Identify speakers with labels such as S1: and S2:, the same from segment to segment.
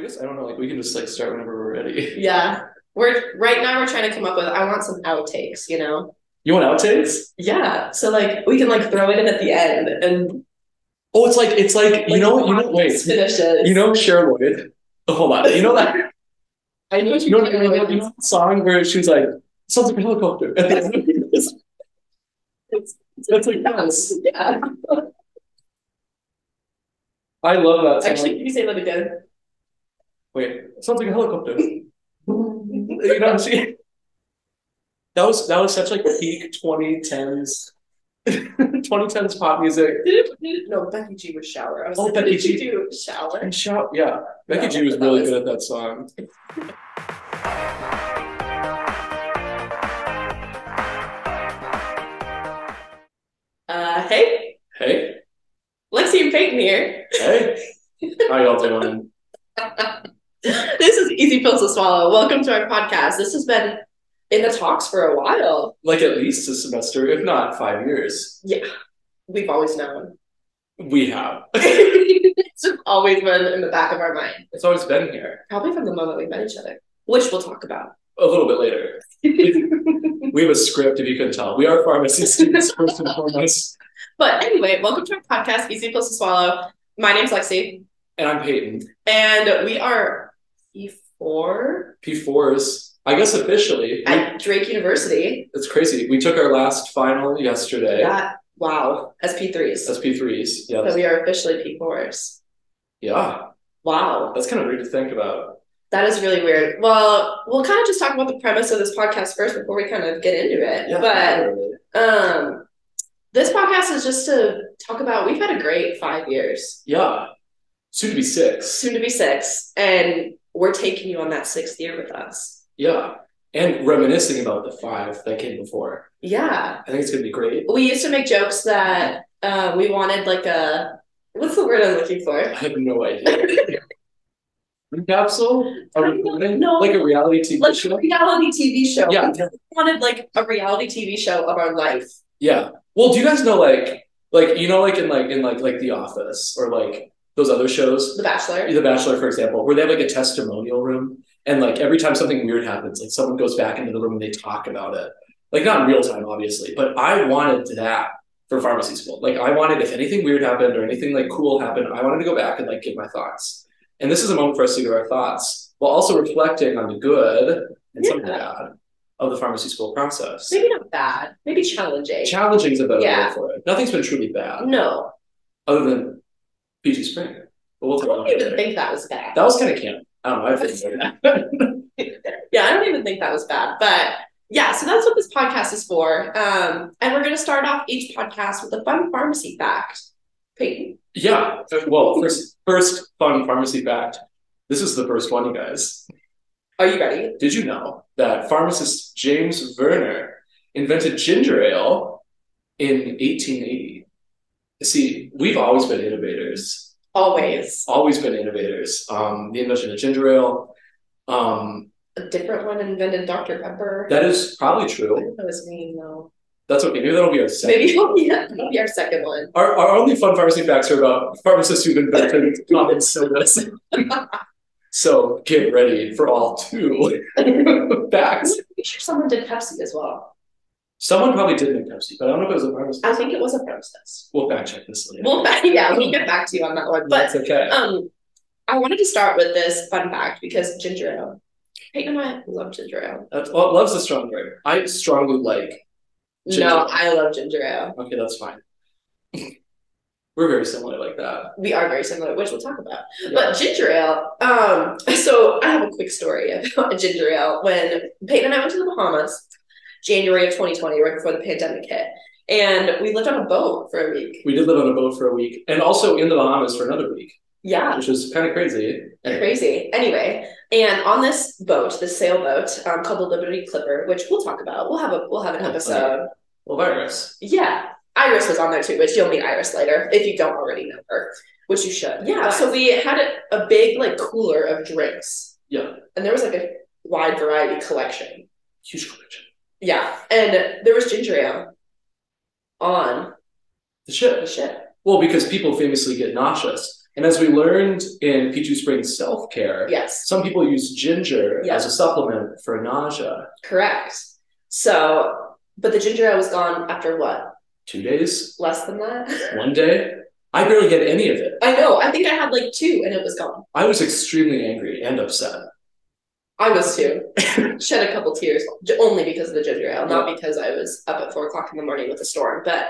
S1: guess I don't know. Like we can just like start whenever we're ready.
S2: Yeah. We're right now we're trying to come up with I want some outtakes, you know?
S1: You want outtakes?
S2: Yeah. So like we can like throw it in at the end and
S1: Oh, it's like it's like, you
S2: like,
S1: know you know
S2: watch
S1: wait
S2: this finish it.
S1: you know Cher Lloyd. Oh, hold on, you know that
S2: I know what
S1: you know,
S2: you
S1: you know, you know that song where she was like sounds like a helicopter. At the end of it, it's, it's, that's like yes.
S2: Yeah.
S1: I love that song.
S2: Actually, can you say that again?
S1: wait, sounds like a helicopter. you know what I'm saying? That was that was such like peak 2010s 2010s pop music.
S2: Did it, no, Becky G was shower. I was
S1: Oh,
S2: like,
S1: Becky
S2: what did she
S1: G.
S2: do? Shower?
S1: And shout yeah. Becky
S2: Yeah,
S1: G was
S2: that
S1: really
S2: was-
S1: good at that song.
S2: Uh, hey,
S1: Hey,
S2: Lexi and Peyton here.
S1: hey. How y'all doing?
S2: this is Easy Pills to Swallow. Welcome to our podcast. This has been in the talks for a while.
S1: like at least a semester, if not five years.
S2: We've always known.
S1: We have.
S2: it's just always been in the back of our mind,
S1: It's always been here.
S2: probably from the moment we met each other, which we'll talk about.
S1: A little bit later. We have a script, if you couldn't tell. We are pharmacy students, first and foremost.
S2: but anyway, welcome to our podcast, Easy Pills to Swallow. My name's Lexi,
S1: And I'm Peyton.
S2: and we are E E4
S1: P4s, I guess officially,
S2: at Drake University.
S1: it's crazy. We took our last final yesterday
S2: That, wow, as P3s.
S1: as P3s.
S2: So
S1: Yes.
S2: we are officially P4s.
S1: Yeah.
S2: Wow.
S1: That's kind of weird to think about.
S2: That is really weird. Well, we'll kind of just talk about the premise of this podcast first before we kind of get into it.
S1: Yeah.
S2: But um, this podcast is just to talk about we've had a great five years,
S1: yeah. Soon to be six.
S2: soon to be six, and we're taking you on that sixth year with us.
S1: Yeah. And reminiscing about the five that came before.
S2: Yeah,
S1: I think it's going to be great.
S2: we used to make jokes that uh, we wanted like a what's the word I'm looking for?
S1: I have no idea. Time capsule? A
S2: I don't
S1: recording?
S2: know.
S1: Like a reality TV
S2: Like a
S1: show?
S2: reality TV show.
S1: Yeah,
S2: We wanted like a reality TV show of our life.
S1: yeah. Well, do you guys know like, like you know, like in like in like like The Office or like those other shows,
S2: The Bachelor.
S1: The Bachelor, for example, where they have like a testimonial room, and like every time something weird happens, like someone goes back into the room and they talk about it, like not in real time, obviously, but I wanted that for pharmacy school. Like I wanted if anything weird happened or anything like cool happened, I wanted to go back and like give my thoughts. And this is a moment for us to give our thoughts while also reflecting on the good and some of the bad of the pharmacy school process.
S2: Maybe not bad. Maybe challenging.
S1: Challenging is a better
S2: Yeah.
S1: word for it. Nothing's been truly bad
S2: no,
S1: other than PG Spring. But we'll
S2: I
S1: talk
S2: don't
S1: about that.
S2: even
S1: later.
S2: think that was bad.
S1: That was kind of camp. I don't know. I figured that.
S2: yeah, I don't even think that was bad. But yeah, so that's what this podcast is for. Um, and we're going to start off each podcast with a fun pharmacy fact. Peyton.
S1: yeah. Well, first, first fun pharmacy fact. This is the first one, you guys.
S2: Are you ready?
S1: Did you know that pharmacist James Verner invented ginger ale in 1880? See, we've always been innovators.
S2: Always.
S1: Always been innovators. Um, the invention of ginger ale. Um,
S2: A different one invented Dr. Pepper.
S1: that is probably
S2: I
S1: true.
S2: don't know his name though.
S1: That's okay. Maybe that'll be our second.
S2: Maybe it'll be, it'll be our second one.
S1: Our, our only fun pharmacy facts are about pharmacists who've invented common sodas. so get ready for all two
S2: I'm
S1: facts.
S2: pretty sure someone did Pepsi as well.
S1: Someone probably did make Pepsi, but I don't know if it was a pharmacist.
S2: I think it was a process.
S1: We'll fact check this later.
S2: Well, yeah, we'll get back to you on that one. But
S1: That's okay.
S2: Um, I wanted to start with this fun fact because ginger ale. Peyton and I love ginger ale.
S1: That's, well, love's a strong word. I strongly like. Ginger.
S2: No, I love ginger ale.
S1: Okay, that's fine. We're very similar like that.
S2: We are very similar, which we'll talk about.
S1: Yeah.
S2: But ginger ale. Um, so I have a quick story about a ginger ale. When Peyton and I went to the Bahamas, January of 2020, right before the pandemic hit, and we lived on a boat for a week.
S1: we did live on a boat for a week, and also in the Bahamas for another week,
S2: Yeah,
S1: which was kind of crazy. Anyway,
S2: crazy. Anyway, and on this boat, this sailboat um, called the Liberty Clipper, which we'll talk about. We'll have a we'll have an
S1: Okay.
S2: episode.
S1: well, virus.
S2: Yeah. Iris was on there too, which you'll meet Iris later if you don't already know her, which you should. Yeah. So we had a, a big like cooler of drinks,
S1: Yeah,
S2: and there was like a wide variety collection.
S1: huge collection.
S2: Yeah, and there was ginger ale on
S1: The ship.
S2: the ship.
S1: Well, because people famously get nauseous. And as we learned in Pichu Springs self care,
S2: Yes,
S1: some people use ginger
S2: Yeah.
S1: as a supplement for nausea.
S2: correct. So, but the ginger ale was gone after what?
S1: Two days,
S2: Less than that?
S1: one day. I barely get any of it.
S2: I know. I think I had like two and it was gone.
S1: I was extremely angry and upset.
S2: I was too. Shed a couple tears j- only because of the ginger ale, not because I was up at four o'clock in the morning with a storm. But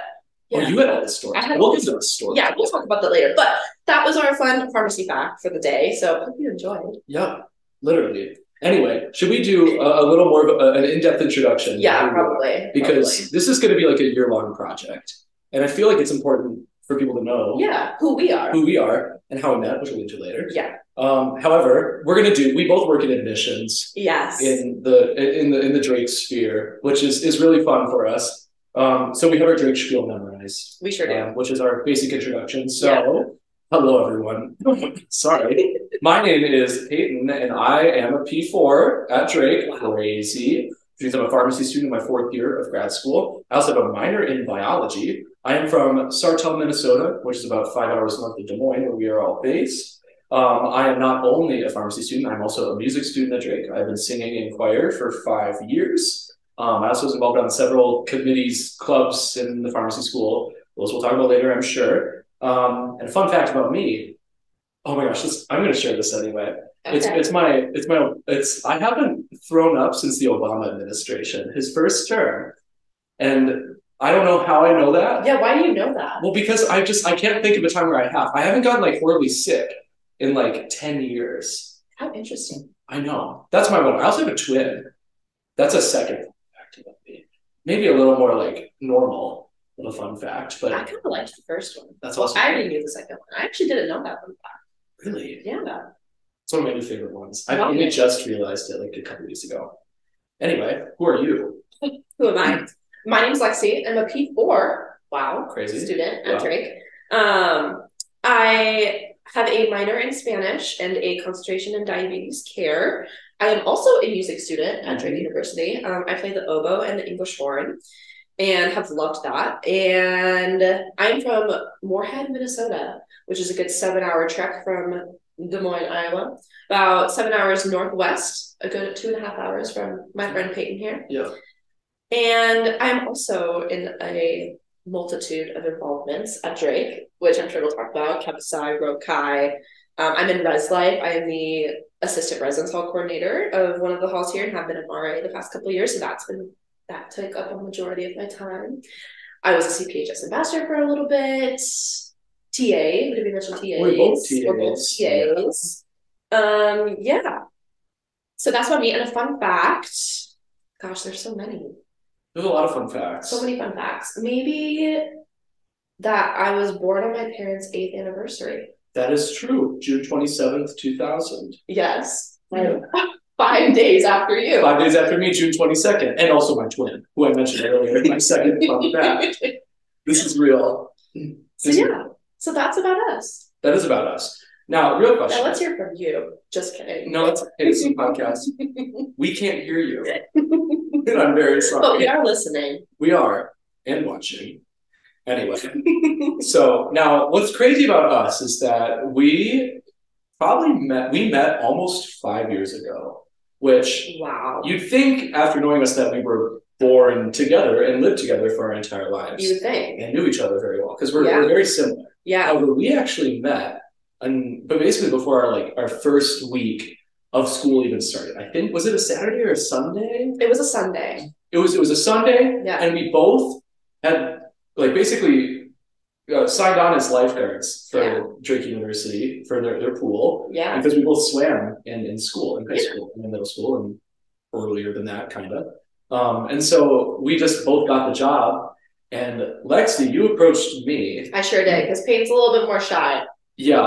S1: Oh,
S2: Yeah.
S1: you had all the stories.
S2: I had-
S1: we'll get to the stories.
S2: yeah, we'll talk about that later. But that was our fun pharmacy fact for the day. So hope you enjoyed.
S1: Yeah, literally. Anyway, should we do a, a little more of a, an in-depth introduction?
S2: Yeah,
S1: Maybe.
S2: probably.
S1: Because this is going to be like a year-long project, and I feel like it's important for people to know
S2: probably. yeah, who we are.
S1: who we are and how we met, which we'll get to later.
S2: Yeah.
S1: Um, however, we're going to do. We both work in admissions
S2: Yes.
S1: in the in the in the Drake sphere, which is is really fun for us. Um, so we have our Drake spiel memorized.
S2: we sure do.
S1: um, which is our basic introduction. So,
S2: Yeah.
S1: hello everyone. Sorry, my name is Peyton, and I am a P4 at Drake. Crazy, which means I'm a pharmacy student in my fourth year of grad school. I also have a minor in biology. I am from Sartell, Minnesota, which is about five hours north of Des Moines, where we are all based. Um, I am not only a pharmacy student, I'm also a music student at Drake. I've been singing in choir for five years. Um, I also was involved on several committees, clubs in the pharmacy school. Those we'll talk about later, I'm sure. Um, and a fun fact about me. Oh my gosh, this, I'm going to share this anyway. It's
S2: Okay.
S1: it's my it's my it's I haven't thrown up since the Obama administration, his first term, and I don't know how I know that.
S2: yeah, why do you know that?
S1: Well, because I just I can't think of a time where I have. I haven't gotten like horribly sick in like ten years.
S2: How interesting.
S1: I know. That's my one. I also have a twin. That's a second fun fact about me. Maybe a little more like normal little fun fact,
S2: I
S1: but
S2: kind of liked the first one.
S1: that's also
S2: I already knew the second one. I actually didn't know that one.
S1: really
S2: Yeah.
S1: it's one of my new favorite ones. I
S2: Love
S1: only
S2: it.
S1: just realized it like a couple weeks ago. Anyway, who are you?
S2: Who am I? My name's Lexi. I'm a P4. Wow.
S1: Crazy.
S2: Student
S1: Wow.
S2: at Drake. Um, I have a minor in Spanish and a concentration in diabetes care. I am also a music student at
S1: Mm-hmm.
S2: Drake University. Um, I play the oboe and the English horn and have loved that. And I'm from Moorhead, Minnesota, which is a good seven hour trek from Des Moines, Iowa, about seven hours northwest, a good two and a half hours from my friend Peyton here.
S1: Yeah.
S2: And I'm also in a multitude of involvements at Drake, which I'm sure we'll talk about. Kapasai, Rokai. Um, I'm in Res Life. I am the assistant residence hall coordinator of one of the halls here and have been an RA the past couple of years. So that's been that took up a majority of my time. I was a CPHS ambassador for a little bit. TA, did we mention TAs?
S1: We're both
S2: We're both
S1: TAs, yeah.
S2: TAs. Um, yeah. So that's about me. And a fun fact. Gosh, there's so many
S1: There's a lot of fun facts.
S2: so many fun facts. Maybe that I was born on my parents' eighth anniversary.
S1: That is true. June twenty seventh, two thousand.
S2: Yes. Five days after you.
S1: Five days after me, June 22nd, and also my twin, who I mentioned earlier, my second fun fact. This is real.
S2: so yeah. So that's about us.
S1: That is about us. Now, real
S2: Now
S1: question.
S2: let's hear from you. Just kidding.
S1: no, it's hey, this is a podcast. We can't hear you. And I'm very sorry.
S2: but we are listening.
S1: We are, and watching. Anyway, so now what's crazy about us is that we probably met, we met almost five years ago, which
S2: wow. You,
S1: You'd think after knowing us that we were born together and lived together for our entire lives
S2: would think.
S1: and knew each other very well because we're,
S2: Yeah.
S1: we're very similar.
S2: Yeah.
S1: However, we actually met, and but basically before our like our first week of school even started. I think was it a Saturday or a Sunday?
S2: It was a Sunday.
S1: It was it was a Sunday,
S2: Yeah.
S1: and we both had like basically uh, signed on as lifeguards for
S2: Yeah.
S1: Drake University for their, their pool
S2: Yeah.
S1: because we both swam in, in school, in high
S2: Yeah.
S1: school, and in middle school, and earlier than that, kind of. Um, and so we just both got the job. And Lexi, you approached me.
S2: I sure did because Peyton's a little bit more shy.
S1: Yeah,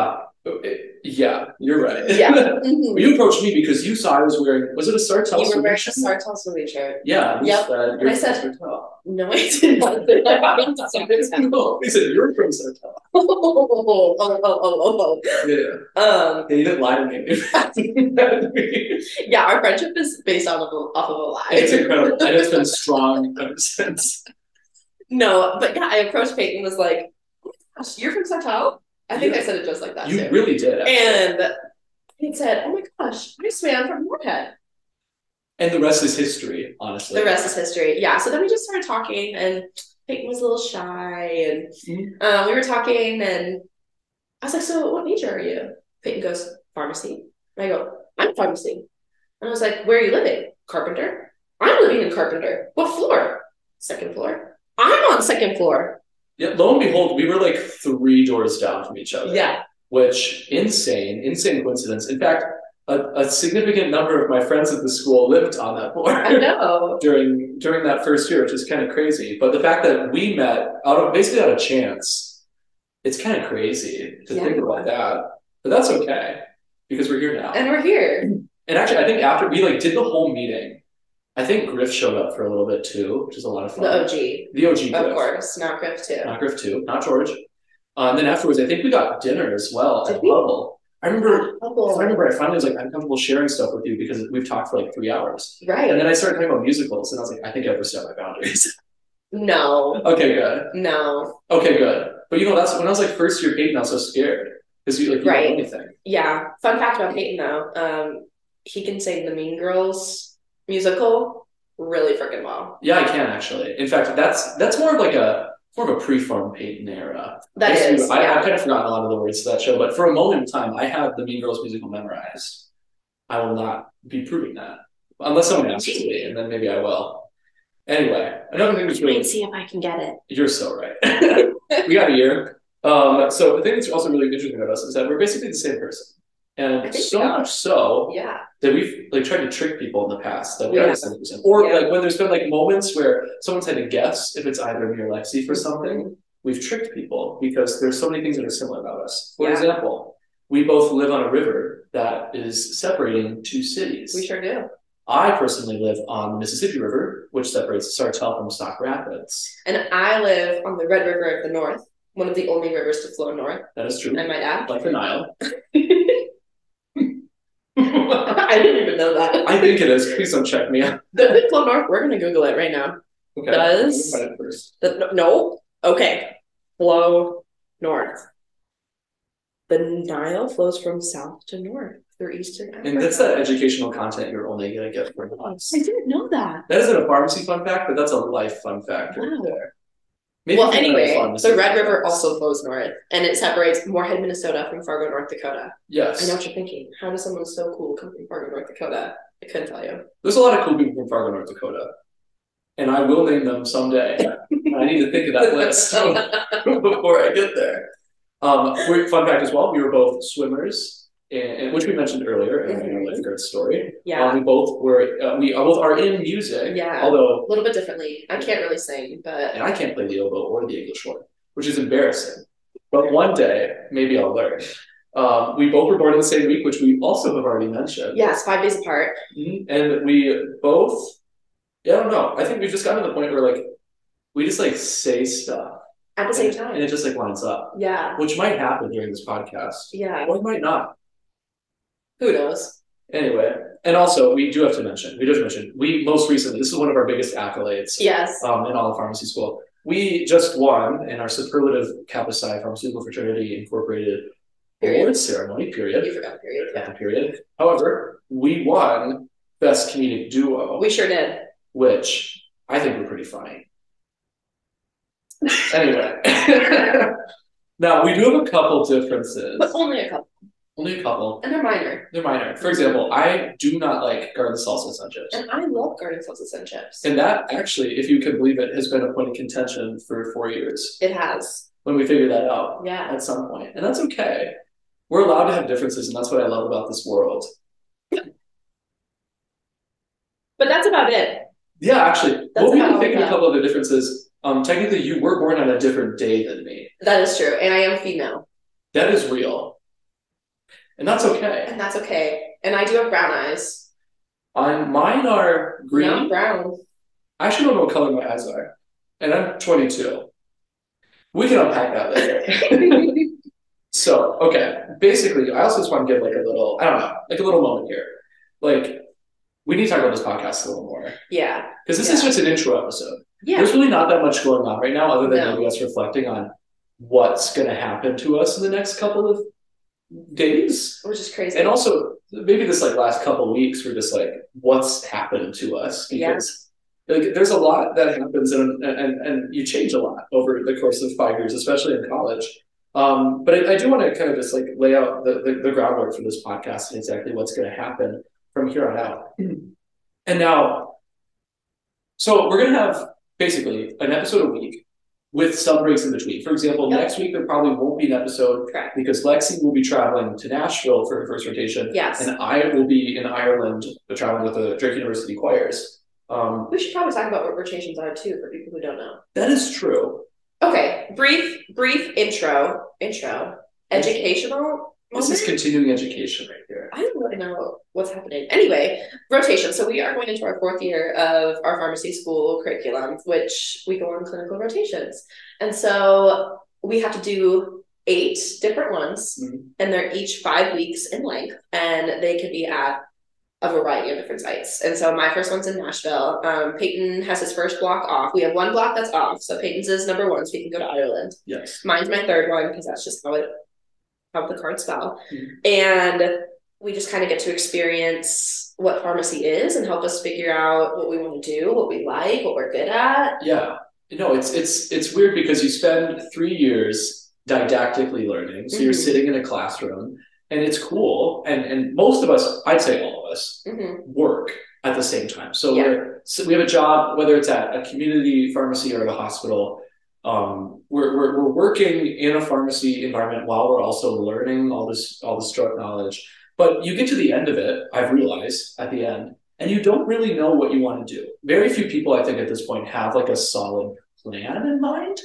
S1: uh, it- yeah, you're right.
S2: Yeah. Mhm.
S1: you approached me because you saw I was wearing. Was it a Sartell?
S2: You were wearing a
S1: solution?
S2: Sartell Saloon shirt.
S1: Yeah. you
S2: Yep.
S1: said
S2: And
S1: you're
S2: I said-
S1: from Sartell.
S2: No, I didn't.
S1: No, they said you're from Sartell.
S2: Oh, oh, oh, oh, oh,
S1: Yeah.
S2: oh. Um,
S1: They didn't lie to me.
S2: yeah, our friendship is based on of a, off of a lie.
S1: it's incredible, and it's been strong ever since.
S2: No, but yeah, I approached Peyton and was like, oh my gosh, you're from Sartell? I think
S1: Yeah.
S2: I said it just like that.
S1: You
S2: too.
S1: really did. actually.
S2: and it said, "Oh my gosh, this man from Moorhead."
S1: And the rest is history, honestly.
S2: The rest is history. Yeah. So then we just started talking, and Peyton was a little shy, and
S1: Mhm.
S2: uh, we were talking, and I was like, "So, what major are you?" Peyton goes, "Pharmacy," and I go, "I'm pharmacy," and I was like, "Where are you living?" Carpenter. I'm living in Carpenter. What floor? Second floor. I'm on second floor.
S1: Yeah, lo and behold, we were like three doors down from each other.
S2: Yeah.
S1: Which insane, insane coincidence. In fact, a, a significant number of my friends at the school lived on that
S2: I
S1: floor
S2: know.
S1: during during that first year, which is kind of crazy. But the fact that we met out of basically out of chance, it's kind of crazy to
S2: Yeah.
S1: think about that. But that's okay because we're here now.
S2: And we're here.
S1: And actually, I think after we like did the whole meeting, I think Griff showed up for a little bit too, which is a lot of fun.
S2: The OG,
S1: The OG Griff,
S2: of course, not Griff too.
S1: not Griff too, not George. Uh, and then afterwards, I think we got dinner as well
S2: Did
S1: at
S2: we?
S1: Level. I remember. I
S2: Couple.
S1: remember I finally was like, I'm comfortable sharing stuff with you because we've talked for like three hours. And
S2: Right.
S1: then I started talking about musicals, and I was like, I think I've overstepped my boundaries.
S2: No.
S1: okay, good.
S2: No.
S1: Okay, good. But you know, that's when I was like first year Peyton, I was so scared because you like you
S2: Right.
S1: don't know anything.
S2: Yeah. Fun fact about Peyton though, um, he can sing the Mean Girls musical really freaking well.
S1: Yeah, I can actually. In fact, that's that's more of like a more of a pre-form Peyton era.
S2: That
S1: Yes,
S2: is,
S1: you- I, I've
S2: yeah.
S1: kind of forgotten a lot of the words to that show, but for a moment in time, I had the Mean Girls musical memorized. I will not be proving that unless someone asks me, and then maybe I will. Anyway, another thing that's really
S2: see if I can get it.
S1: you're so right. we got a year. Um, so the thing that's also really interesting about us is that we're basically the same person,
S2: I
S1: and
S2: think
S1: so
S2: we are.
S1: much so
S2: Yeah.
S1: that we've like tried to trick people in the past that we are
S2: Yeah.
S1: the same person, or
S2: Yeah.
S1: like when there's been like moments where someone's had to guess if it's either me or Lexi for something we've tricked people because there's so many things that are similar about us. For
S2: Yeah.
S1: example, we both live on a river that is separating two cities.
S2: We sure do.
S1: I personally live on the Mississippi River, which separates Sartell from Stock Rapids.
S2: And I live on the Red River of the North, one of the only rivers to flow north,
S1: That is true.
S2: I might add.
S1: Like the Nile.
S2: I didn't even know that.
S1: I think it is. Please don't check me out.
S2: Does it flow north? We're gonna Google it right now.
S1: Okay.
S2: Does-
S1: Let me find it first.
S2: The, no, no. Okay. Flow north. The Nile flows from south to north through eastern Africa.
S1: And that's that educational content you're only going to get from us.
S2: I didn't know that.
S1: That isn't a pharmacy fun fact, but that's a life fun fact. right
S2: Wow.
S1: there. Maybe
S2: Well,
S1: we can have a
S2: anyway,
S1: pharmacy
S2: the Red
S1: fun
S2: River
S1: fact.
S2: also flows north, and it separates Moorhead, Minnesota, from Fargo, North Dakota. I
S1: Yes.
S2: know what you're thinking. How does someone so cool come from Fargo, North Dakota? I couldn't tell you.
S1: There's a lot of cool people from Fargo, North Dakota, and I will name them someday. I need to think of that list before I get there. Um, we- fun fact as well, we were both swimmers, and, and- which we mentioned earlier in our
S2: Mhm.
S1: lifeguard story. Um,
S2: Yeah,
S1: we both were, uh, we both are in music,
S2: Yeah. a
S1: although,
S2: little bit differently. I can't really sing, but
S1: and I can't play the oboe or the English horn, which is embarrassing. But one day, maybe I'll learn. Um, we both were born in the same week, which we also have already mentioned.
S2: yes, five days apart.
S1: Mhm. And we both, yeah, I don't know. I think we've just gotten to the point where like we just like say stuff
S2: At the same time.
S1: and it just like lines up,
S2: Yeah,
S1: which might happen during this podcast,
S2: yeah.
S1: or it might not.
S2: Who knows?
S1: Anyway, and also we do have to mention, we do have to mention, we most recently, this is one of our biggest accolades
S2: Yes.
S1: um, in all of pharmacy school. We just won in our superlative Kappa Psi Pharmaceutical Fraternity Incorporated
S2: Period.
S1: award ceremony. Period.
S2: You forgot the period. Yeah.
S1: Period. However, we won best comedic duo.
S2: We sure did.
S1: which I think were pretty funny. anyway, now we do have a couple differences,
S2: But only a couple.
S1: only a couple.
S2: And they're minor.
S1: They're minor. For example, I do not like garden salsas on chips,
S2: And I love garden salsas and chips.
S1: and that actually, if you can believe it, has been a point of contention for four years
S2: It has.
S1: when we figured that out
S2: Yeah.
S1: at some point, and that's okay. We're allowed to have differences, and that's what I love about this world.
S2: But that's about it.
S1: Yeah, actually,
S2: That's
S1: what we
S2: about
S1: can think of a
S2: that.
S1: couple other differences. Um, technically, you were born on a different day than me.
S2: That is true. And I am female.
S1: That is real. And that's okay.
S2: And that's okay. And I do have brown eyes.
S1: I'm, mine are green.
S2: Not brown.
S1: I actually don't know what color my eyes are. And I'm 22. We can unpack that later. so, okay. Basically, I also just want to give like a little, I don't know, like a little moment here. Like, we need to talk about this podcast a little more.
S2: Yeah.
S1: Because this is just an intro episode.
S2: Yeah.
S1: There's really not that much going on right now other than
S2: No.
S1: maybe us reflecting on what's going to happen to us in the next couple of days.
S2: Which is crazy.
S1: And also, maybe this like last couple of weeks, we're just like, what's happened to us? Because like, there's a lot that happens, and, and and you change a lot over the course of five years, especially in college. Um, but I, I do want to kind of just like lay out the, the, the groundwork for this podcast and exactly what's going to happen from here on out. And now, so we're going to have basically an episode a week with some breaks in between. For example,
S2: Yep.
S1: next week there probably won't be an episode
S2: Correct.
S1: because Lexi will be traveling to Nashville for her first rotation,
S2: Yes.
S1: and I will be in Ireland uh, traveling with the Drake University choirs. Um,
S2: we should probably talk about what rotations are too for people who don't know.
S1: that is true.
S2: Okay, brief, brief intro, intro, educational.
S1: This is
S2: moment?
S1: continuing education right here.
S2: I don't really know what's happening. Anyway, rotation. So we are going into our fourth year of our pharmacy school curriculum, which we go on clinical rotations, and so we have to do eight different ones,
S1: Mhm.
S2: and they're each five weeks in length, and they can be at a variety of different sites. And so my first one's in Nashville. Um, Peyton has his first block off. We have one block that's off, so Peyton's is number one, so we can go to Ireland.
S1: Yes.
S2: Mine's my third one because that's just how it how the cards fell.
S1: Mhm.
S2: And we just kind of get to experience what pharmacy is and help us figure out what we want to do, what we like, what we're good at.
S1: Yeah. No, it's it's it's weird because you spend three years didactically learning. So you're
S2: Mhm.
S1: sitting in a classroom and it's cool. And and most of us, I'd say all of us,
S2: hmm
S1: work at the same time. So,
S2: Yeah.
S1: we're, so we have a job, whether it's at a community pharmacy or at a hospital. Um, we're, we're, we're working in a pharmacy environment while we're also learning all this all this drug knowledge. But you get to the end of it, I've realized at the end, and you don't really know what you want to do. Very few people, I think, at this point have like a solid plan in mind.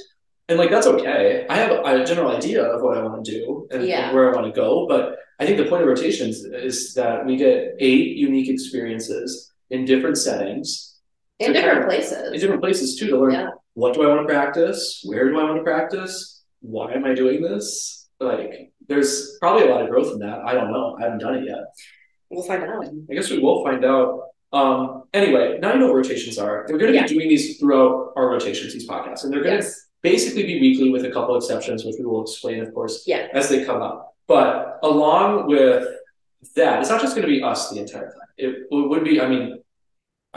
S1: And like that's okay. I have a, a general idea of what I want to do and-
S2: Yeah.
S1: and where I want to go, but I think the point of rotations is that we get eight unique experiences in different settings,
S2: In
S1: So
S2: different
S1: in
S2: places.
S1: different places too, to learn
S2: Yeah.
S1: what do I want to practice, where do I want to practice, why am I doing this? Like, there's probably a lot of growth in that. I don't know. I haven't done it yet.
S2: We'll find out.
S1: I guess we will find out. Um, anyway, now you know what rotations are. We're going to
S2: Yeah.
S1: be doing these throughout our rotations, these podcasts, and they're going to
S2: Yes.
S1: basically be weekly with a couple exceptions, which we will explain, of course,
S2: Yeah.
S1: as they come up. But along with that, it's not just going to be us the entire time. It w- would be, I mean,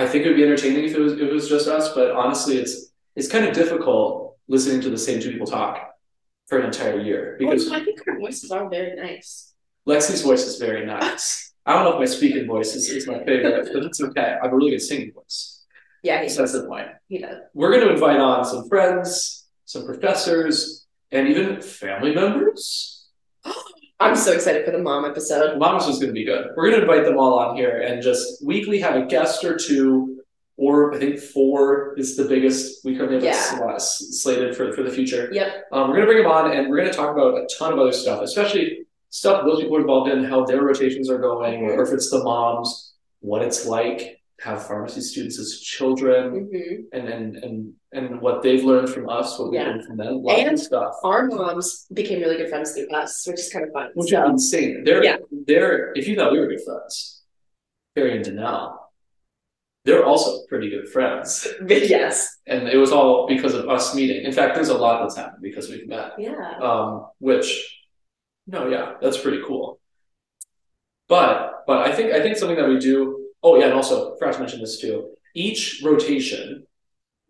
S1: I think it would be entertaining if it was if it was just us, but honestly, it's it's kind of difficult listening to the same two people talk for an entire year because
S2: Well, I think our voices are very nice.
S1: Lexi's voice is very nice. I don't know if my speaking voice is, is my favorite, but it's okay. I have a really good singing voice.
S2: Yeah, he,
S1: So that's the point
S2: he does.
S1: we're going to invite on some friends, some professors, and even family members.
S2: I'm so excited for the mom episode.
S1: Mama's is going to be good. We're going to invite them all on here and just weekly have a guest or two, or I think four is the biggest. We currently have a
S2: Yeah.
S1: slot s- slated for, for the future.
S2: Yep.
S1: Um, we're going to bring them on and we're going to talk about a ton of other stuff, especially stuff those people are involved in, how their rotations are going,
S2: Mm-hmm.
S1: or if it's the moms, what it's like to have pharmacy students as children
S2: hmm
S1: and and and and what they've learned from us, what we
S2: Yeah.
S1: learned from them, lots
S2: And-
S1: of stuff.
S2: Our moms became really good friends through us, which is kind of fun.
S1: Which is insane. They're
S2: Yeah.
S1: they're if you thought we were good friends, Carrie and Danelle, they're also pretty good friends.
S2: yes.
S1: And it was all because of us meeting. In fact, there's a lot that's happened because we've met.
S2: Yeah.
S1: Um, which no, yeah, that's pretty cool. But but I think I think something that we do oh yeah, and also forgot to mention this too. Each rotation,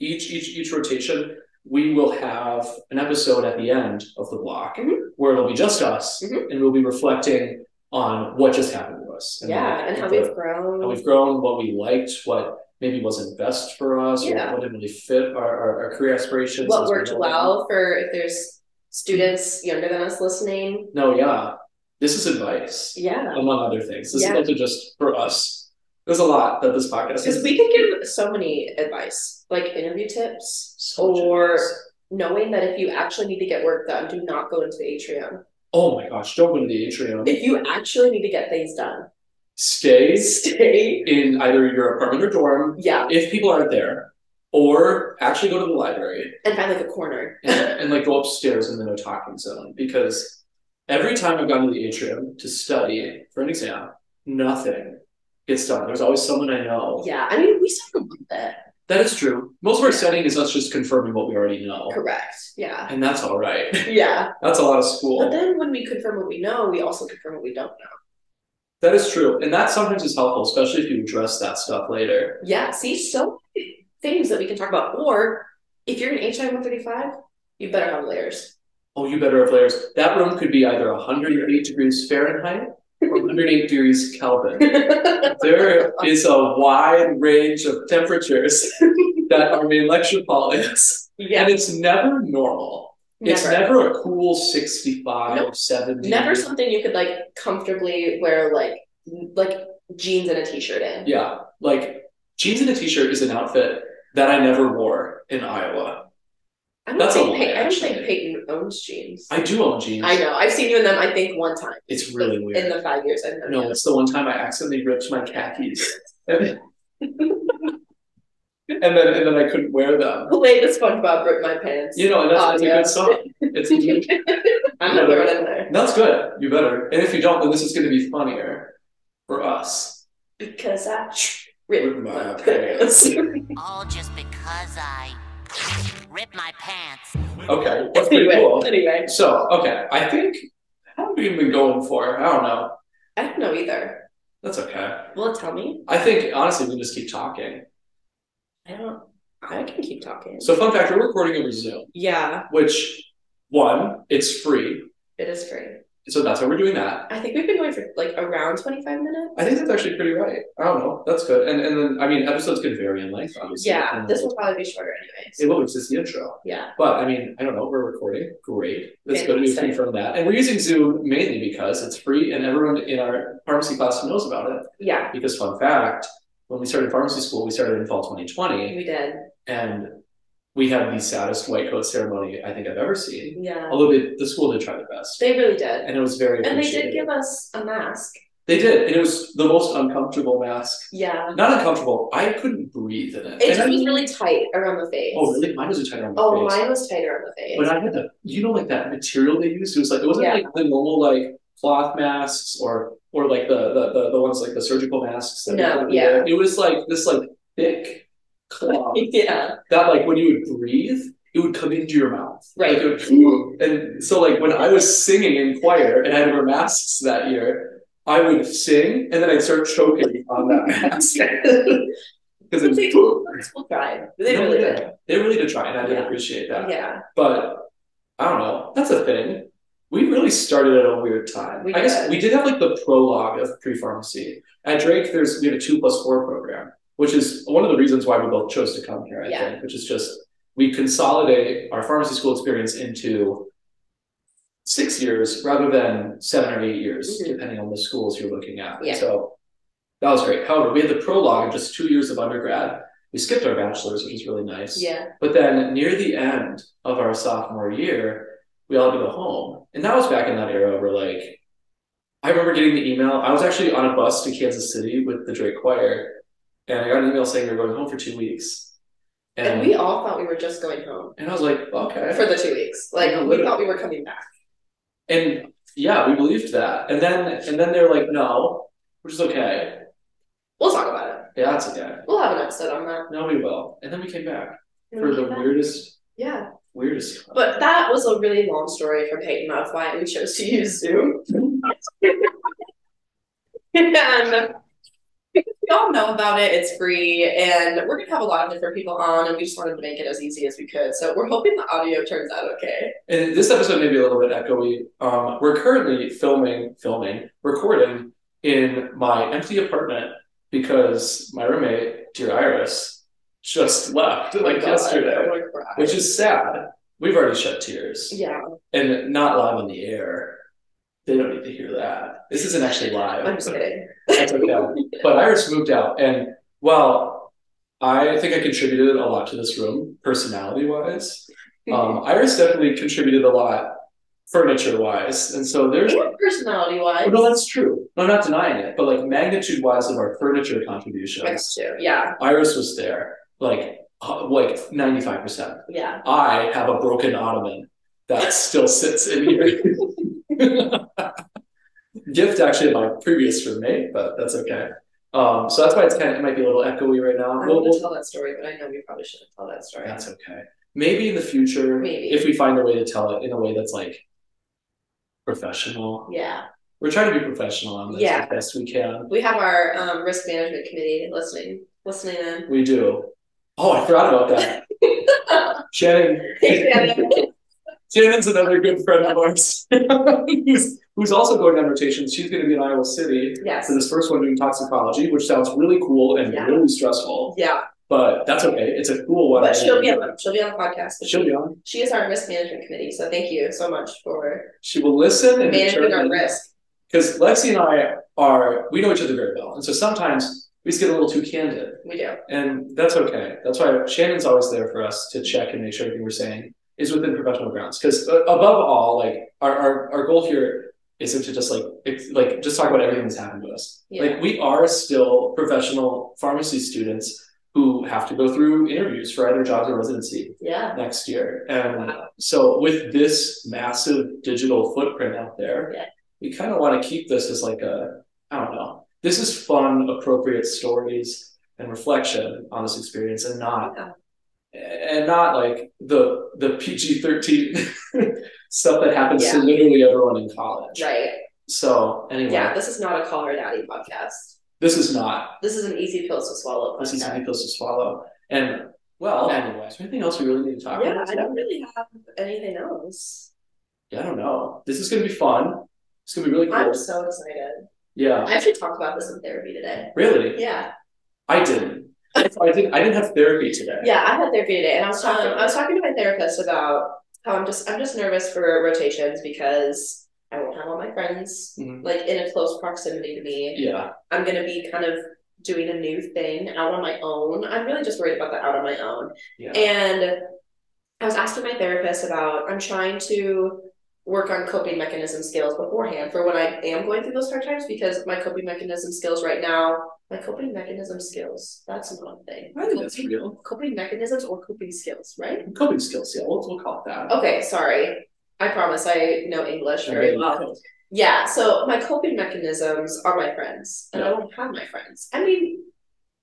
S1: each each each rotation, we will have an episode at the end of the block
S2: Mhm.
S1: where it'll be just us
S2: Mhm.
S1: and we'll be reflecting on what just happened to us.
S2: Yeah. And how
S1: the-
S2: we've grown.
S1: how we've grown, what we liked, what maybe wasn't best for us, or
S2: Yeah.
S1: what didn't really fit our, our, our career aspirations.
S2: what
S1: as we
S2: worked
S1: know them.
S2: well for if there's students younger than us listening.
S1: No, yeah. This is advice,
S2: Yeah.
S1: among other things. This
S2: Yeah.
S1: is also just for us. There's a lot that this podcast
S2: Because
S1: is.
S2: we could give so many advice, like interview tips,
S1: so much
S2: or
S1: advice.
S2: knowing that if you actually need to get work done, do not go into the atrium.
S1: Oh my gosh, don't go to the atrium.
S2: If you actually need to get things done,
S1: Stay
S2: stay.
S1: in either your apartment or dorm
S2: Yeah.
S1: if people aren't there, or actually go to the library
S2: And find like a corner.
S1: and, and like go upstairs in the no talking zone because every time I've gone to the atrium to study for an exam, nothing gets done. There's always someone I know
S2: Yeah. I mean, we still a little bit.
S1: That is true. Most of our setting is us just confirming what we already know.
S2: Correct. Yeah.
S1: And that's all right.
S2: Yeah.
S1: That's a lot of school.
S2: But then when we confirm what we know, we also confirm what we don't know.
S1: that is true. And that sometimes is helpful, especially if you address that stuff later.
S2: Yeah. See, so many things that we can talk about. Or if you're in HI 135, you better have layers.
S1: Oh, you better have layers. That room could be either 108 degrees Fahrenheit or 108 degrees Kelvin. There is a wide range of temperatures that are in lecture polyps.
S2: yeah.
S1: And it's never normal. It's
S2: never.
S1: never a cool 65, 70.
S2: Never something you could like comfortably wear like like jeans and a t-shirt in.
S1: Yeah. Like jeans and a t shirt is an outfit that I never wore in Iowa.
S2: I don't
S1: That's a
S2: think
S1: lie,
S2: Pey- I don't
S1: actually.
S2: think Peyton owns jeans.
S1: I do own jeans.
S2: I know. I've seen you in them. I think one time
S1: It's really weird.
S2: in the five years I've known
S1: No,
S2: you.
S1: it's the one time I accidentally ripped my khakis. and then and then I couldn't wear them.
S2: Play the SpongeBob ripped my pants.
S1: You know, and that's, that's a
S2: Audio.
S1: good song. It's
S2: I'm not wearing it there
S1: that's good. You better. And if you don't, then this is going to be funnier for us.
S2: because I ripped
S1: Ripped my
S2: my
S1: pants.
S2: pants.
S3: All just because I ripped my pants.
S1: Okay, that's pretty
S2: anyway,
S1: cool.
S2: anyway,
S1: So, okay, I think how have we even been going for? I don't know.
S2: I don't know either.
S1: That's okay.
S2: Will it tell me?
S1: I think honestly, we just keep talking.
S2: I don't. I can keep talking.
S1: So, fun fact: we're recording over Zoom,
S2: yeah,
S1: which one, it's free,
S2: it is free.
S1: so that's why we're doing that.
S2: I think we've been going for like around 25 minutes.
S1: I think that's actually pretty right. I don't know. That's good. And and then I mean episodes can vary in length, obviously.
S2: Yeah,
S1: And
S2: this will probably be shorter anyways.
S1: it will it's just the intro.
S2: Yeah.
S1: But I mean, I don't know, we're recording. Great. That's good. We
S2: Fantastic.
S1: confirm that. And we're using Zoom mainly because it's free and everyone in our pharmacy class knows about it.
S2: Yeah,
S1: Because fun fact, when we started pharmacy school, we started in fall twenty twenty
S2: we did.
S1: and we had the saddest white coat ceremony I think I've ever seen.
S2: Yeah.
S1: Although they, the school did try their best.
S2: They really did.
S1: And it was very
S2: And they did
S1: appreciated.
S2: give us a mask.
S1: They did, and it was the most uncomfortable mask
S2: Yeah.
S1: Not uncomfortable. I couldn't breathe in it.
S2: It
S1: And I-
S2: just was really tight around the face.
S1: oh, really? Mine was a tight around my
S2: Oh,
S1: face.
S2: mine was tighter on the face.
S1: But I had the, you know, like that material they used. It was like it wasn't
S2: Yeah.
S1: like the normal like cloth masks or or like the the the, the ones like the surgical masks. that
S2: No,
S1: we had. It was like this like thick cloth
S2: yeah.
S1: that like when you would breathe, it would come into your mouth.
S2: Right.
S1: Like, it would, and so like when I was singing in choir and I had to wear masks that year, I would sing and then I'd start choking on that mask because
S2: But
S1: it.
S2: they people cried. They
S1: No,
S2: really
S1: did.
S2: did.
S1: They really did try, and I did
S2: Yeah.
S1: appreciate that.
S2: Yeah.
S1: But I don't know. That's a thing. We really started at a weird time.
S2: We
S1: I guess
S2: did.
S1: we did have like the prologue of pre-pharmacy at Drake. There's we have a two plus four program, which is one of the reasons why we both chose to come here. I
S2: Yeah.
S1: think, which is just we consolidate our pharmacy school experience into six years rather than seven or eight years,
S2: Mhm.
S1: depending on the schools you're looking at.
S2: Yeah.
S1: So that was great. However, we had the prologue of just two years of undergrad. We skipped our bachelor's, which was really nice.
S2: Yeah.
S1: But then near the end of our sophomore year, we all had to go home. And that was back in that era where like I remember getting the email. I was actually on a bus to Kansas City with the Drake Choir, and I got an email saying we were going home for two weeks. And,
S2: And we all thought we were just going home
S1: and I was like, okay.
S2: for the two weeks. Like
S1: Yeah,
S2: we
S1: literally.
S2: thought we were coming back.
S1: and yeah, we believed that. And then and then they're like, no, which is okay.
S2: We'll talk about it.
S1: Yeah, it's okay.
S2: We'll have an episode on that.
S1: No, we will. And then we came back
S2: And
S1: for
S2: we
S1: the
S2: came back.
S1: weirdest,
S2: Yeah.
S1: weirdest.
S2: But that was a really long story from Peyton of why we chose to use Zoom. and Um, we all know about it. It's free, and we're gonna have a lot of different people on, and we just wanted to make it as easy as we could. So we're hoping the audio turns out okay.
S1: And this episode may be a little bit echoey. Um, we're currently filming, filming, recording in my empty apartment because my roommate, dear Iris, just left
S2: Oh my
S1: like
S2: God, I
S1: yesterday,
S2: wanna cry.
S1: which is sad. We've already shed tears
S2: yeah,
S1: and not live on the air. They don't need to hear that. This isn't actually live.
S2: I'm just kidding.
S1: That's okay. But Iris moved out, and while I think I contributed a lot to this room, personality wise, um, Iris definitely contributed a lot furniture wise. And so there's
S2: personality wise,
S1: no, that's true. I'm not denying it, but like magnitude wise of our furniture
S2: I
S1: contributions,
S2: got you. Yeah,
S1: Iris was there like uh, like 95%.
S2: yeah.
S1: I have a broken ottoman that still sits in here. Gift actually of my previous roommate, but that's okay. Um, so that's why it's kind of it might be a little echoey right now.
S2: I'm
S1: We'll-
S2: gonna
S1: we'll-
S2: tell that story, but I know we probably shouldn't tell that story.
S1: that's okay. Maybe in the future,
S2: Maybe.
S1: if we find a way to tell it in a way that's like professional,
S2: Yeah,
S1: we're trying to be professional on this
S2: Yeah.
S1: as best we can.
S2: we have our um, risk management committee listening, listening in.
S1: We do. Oh, I forgot about that. Shannon, Shannon's another good friend of ours, who's, who's also going on rotation. She's going to be in Iowa City
S2: yes.
S1: for this first one doing toxicology, which sounds really cool and
S2: Yeah.
S1: really stressful,
S2: Yeah,
S1: but that's okay. It's a cool one.
S2: but she'll be on. She'll be on the podcast. but
S1: She'll be on.
S2: She is our risk management committee, so thank you so much for
S1: She will listen and
S2: managing our
S1: determine.
S2: risk.
S1: Because Lexi and I are, we know each other very well. And so sometimes we just get a little too candid.
S2: We do.
S1: And that's okay. That's why Shannon's always there for us to check and make sure everything we're saying is within professional grounds. Because above all, like our, our, our goal here isn't to just like ex- like just talk about everything that's happened to us.
S2: Yeah.
S1: Like we are still professional pharmacy students who have to go through interviews for either jobs or residency
S2: Yeah.
S1: next year. And
S2: Wow.
S1: so with this massive digital footprint out there,
S2: Yeah.
S1: we kind of want to keep this as like a, I don't know, this is fun, appropriate stories and reflection on this experience and not
S2: Yeah.
S1: and not like the the PG thirteen stuff that happens to
S2: Yeah.
S1: literally everyone in college.
S2: Right.
S1: So anyway,
S2: Yeah. This is not a call her daddy podcast.
S1: this is not
S2: This is an easy pill to swallow.
S1: this is
S2: podcast.
S1: any pills to swallow. And well,
S2: Okay.
S1: anyway, is there anything else we really need to talk
S2: Yeah,
S1: about?
S2: I don't really have anything else.
S1: Yeah, I don't know. This is gonna be fun. It's gonna be really cool.
S2: I'm so excited.
S1: yeah.
S2: I actually talked about this in therapy today.
S1: Really?
S2: Yeah,
S1: I didn't. So I didn't. I didn't have therapy today.
S2: yeah, I had therapy today, and I was talking.
S1: Um,
S2: I was talking to my therapist about how I'm just I'm just nervous for rotations because I won't have all my friends
S1: Mhm.
S2: like in a close proximity to me.
S1: Yeah.
S2: I'm gonna be kind of doing a new thing out on my own. I'm really just worried about that out on my own.
S1: Yeah.
S2: And I was asking my therapist about I'm trying to work on coping mechanism skills beforehand for when I am going through those hard times because my coping mechanism skills right now, my coping mechanism skills, that's not a thing.
S1: I think that's
S2: Coping-
S1: real.
S2: Coping mechanisms or coping skills, right?
S1: Coping skills. Yeah. We'll, we'll call it that.
S2: Okay, sorry. I promise I know English very well. Yeah, so my coping mechanisms are my friends, and I
S1: Yeah.
S2: don't have my friends. I mean,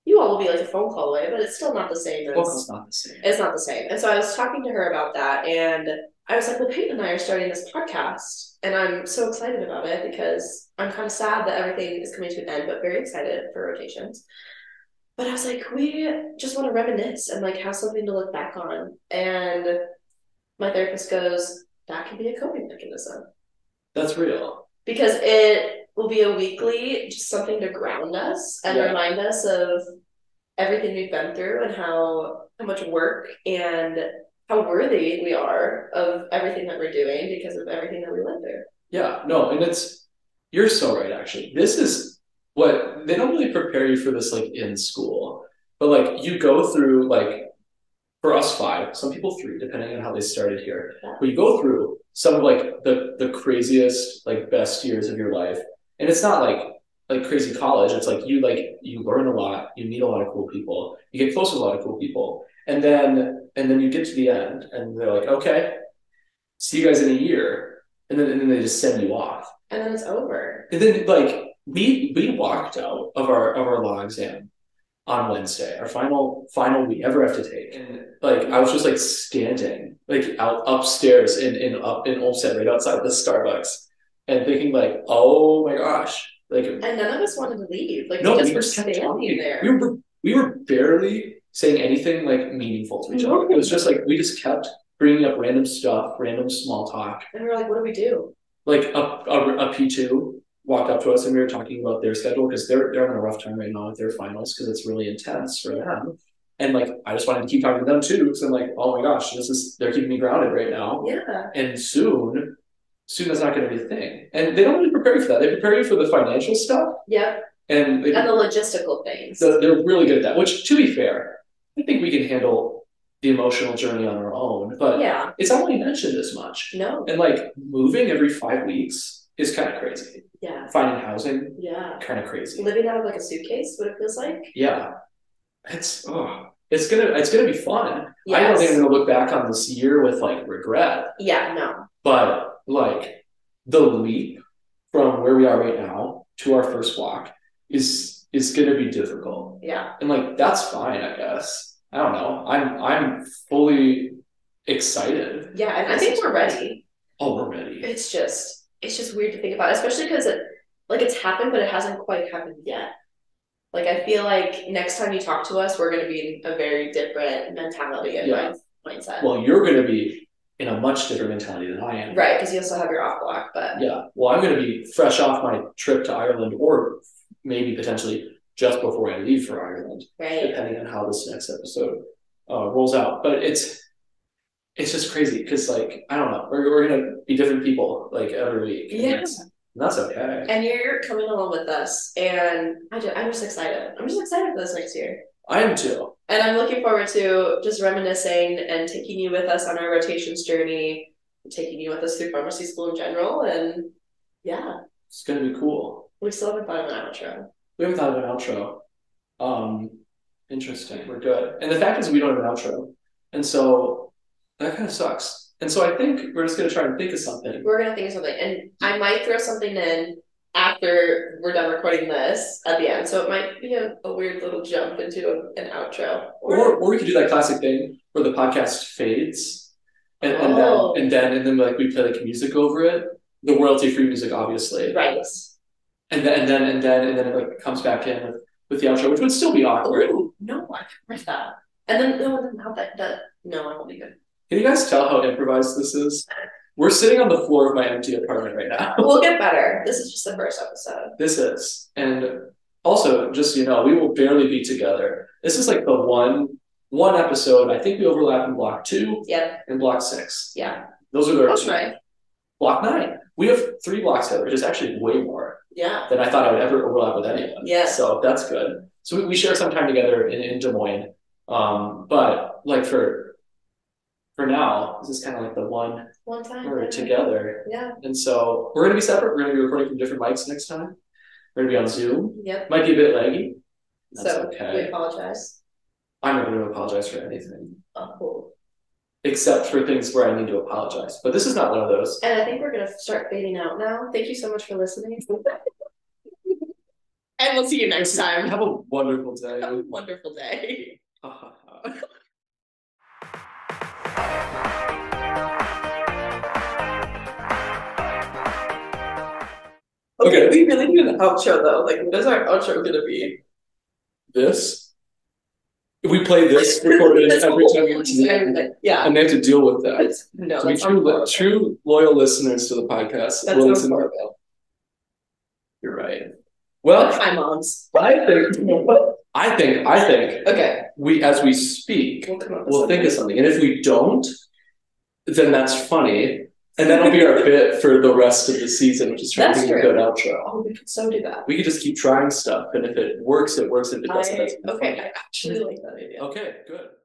S2: you all will be like a phone call away, but it's still not the same as
S1: Vocal's not the same.
S2: it's not the same. And so I was talking to her about that, and I was like, "Well, Peyton and I are starting this podcast, and I'm so excited about it because I'm kind of sad that everything is coming to an end, but very excited for rotations." But I was like, "We just want to reminisce and like have something to look back on." And my therapist goes, "That can be a coping mechanism
S1: That's real.
S2: because it will be a weekly, just something to ground us and
S1: Yeah.
S2: remind us of everything we've been through and how how much work and how worthy we are of everything that we're doing because of everything that we went through.
S1: Yeah. No. And it's. You're so right. Actually, this is what they don't really prepare you for this like in school, but like you go through like. For us five, some people three, depending on how they started here. But you go through some of like the the craziest, like best years of your life. And it's not like like crazy college. It's like you like you learn a lot, you meet a lot of cool people, you get close to a lot of cool people, and then and then you get to the end, and they're like, okay, see you guys in a year, and then and then they just send you off.
S2: And then it's over.
S1: And then like we we walked out of our of our law exam on Wednesday, our final final we ever have to take. And like I was just like standing like out upstairs in in up in Olmsted right outside the Starbucks and thinking like, oh my gosh. Like
S2: And none of us wanted to leave. Like
S1: no,
S2: we just
S1: we
S2: were
S1: just kept
S2: standing
S1: talking.
S2: there.
S1: We were we were barely saying anything like meaningful to each other. It was just like we just kept bringing up random stuff, random small talk.
S2: and we were like, what do we do?
S1: Like a a, a P two walked up to us and we were talking about their schedule because they're they're having a rough time right now with their finals because it's really intense for them. And like I just wanted to keep talking to them too because I'm like, oh my gosh, this is they're keeping me grounded right now
S2: Yeah.
S1: and soon. Soon that's not going to be a thing, and they don't really prepare you for that. They prepare you for the financial stuff,
S2: Yep.
S1: and they
S2: And the logistical things.
S1: so they're really good at that. Which, to be fair, I think we can handle the emotional journey on our own. But
S2: yeah.
S1: it's not really mentioned as much.
S2: No.
S1: And like moving every five weeks is kind of crazy.
S2: Yeah.
S1: Finding housing,
S2: Yeah.
S1: kind of crazy.
S2: Living out of like a suitcase, what it feels like.
S1: Yeah, it's oh, it's gonna it's gonna be fun. I don't
S2: Yes.
S1: think I'm gonna look back on this year with like regret.
S2: Yeah, no.
S1: But like the leap from where we are right now to our first walk is is going to be difficult,
S2: Yeah.
S1: and like that's fine, I guess. I don't know. I'm I'm fully excited.
S2: Yeah. And I think we're ready.
S1: Oh, we're ready.
S2: It's just, it's just weird to think about, especially because it, like, it's happened, but it hasn't quite happened yet. Like, I feel like next time you talk to us, we're going to be in a very different mentality and
S1: Yeah.
S2: mind- mindset.
S1: Well, you're going to be in a much different mentality than I am.
S2: right. Because you also have your off block, but
S1: Yeah. Well, I'm going to be fresh off my trip to Ireland, or maybe potentially just before I leave for Ireland.
S2: right.
S1: depending on how this next episode uh, rolls out. But it's it's just crazy because like I don't know, we're, we're gonna be different people like every week. and
S2: Yeah.
S1: that's- and that's okay.
S2: And you're coming along with us, and I just, I'm just excited. I'm just excited for this next year,
S1: I am too.
S2: and I'm looking forward to just reminiscing and taking you with us on our rotations journey, taking you with us through pharmacy school in general, and yeah,
S1: It's gonna be cool.
S2: we still haven't thought of an outro.
S1: We haven't thought of an outro. Um, interesting. We're good. And the fact is, we don't have an outro, and so that kind of sucks. And so I think we're just gonna try and think of something.
S2: We're gonna think of something, and I might throw something in after we're done recording this at the end, so it might be a, a weird little jump into a, an outro.
S1: Or, or we could do that classic thing where the podcast fades, and, and
S2: Oh.
S1: then and then and then like we play like music over it, the royalty free music obviously,
S2: right.
S1: and then and then and then and then it like comes back in with, with the outro, which would still be awkward.
S2: Ooh, no, I can read that. And then no, then how that that no, I won't be good.
S1: Can you guys tell how improvised this is? We're sitting on the floor of my empty apartment right now.
S2: we'll get better. This is just the first episode.
S1: This is, and also just so you know, we will barely be together. This is like the one one episode. I think we overlap in block two
S2: Yeah,
S1: and block six.
S2: yeah.
S1: Those are the
S2: That's right.
S1: block nine. We have three blocks together, which is actually way more
S2: Yeah.
S1: than I thought I would ever overlap with anyone.
S2: Yeah.
S1: So that's good. So we, we share some time together in, in Des Moines. Um, but like for for now, this is kind of like the one
S2: One time.
S1: we're together.
S2: Yeah.
S1: And so we're gonna be separate. We're gonna be recording from different mics next time. We're gonna be on Zoom.
S2: Yep.
S1: Might be a bit laggy. That's
S2: so we
S1: okay.
S2: apologize.
S1: I'm not gonna apologize for anything.
S2: Oh, cool.
S1: Except for things where I need to apologize. But this is not one of those.
S2: And I think we're gonna start fading out now. Thank you so much for listening. and we'll see you next time.
S1: Have a wonderful day.
S2: Have a wonderful day.
S1: Ha, ha, ha.
S2: Okay,
S1: Okay.
S2: we really need an outro though. Like, what is our outro gonna be?
S1: this. We play this recorded
S2: That's
S1: every
S2: what
S1: time
S2: we'll
S1: we
S2: do. Everything. Yeah.
S1: and they have to deal with that.
S2: That's- No,
S1: we
S2: that's
S1: true,
S2: horrible.
S1: true loyal listeners to the podcast.
S2: That's
S1: will
S2: so
S1: listen-
S2: horrible.
S1: You're right. Well,
S2: Hi, moms.
S1: I think I think I think
S2: Okay,
S1: we as we speak,
S2: we'll come up with
S1: we'll think
S2: something.
S1: of something, and if we don't, then that's funny, and that'll be our bit for the rest of the season, which is trying to
S2: That's
S1: be a
S2: true.
S1: good outro.
S2: Oh, we could so do that.
S1: We could just keep trying stuff, and if it works, it works. If it doesn't,
S2: I,
S1: that's
S2: okay, I actually like that idea.
S1: Okay, good.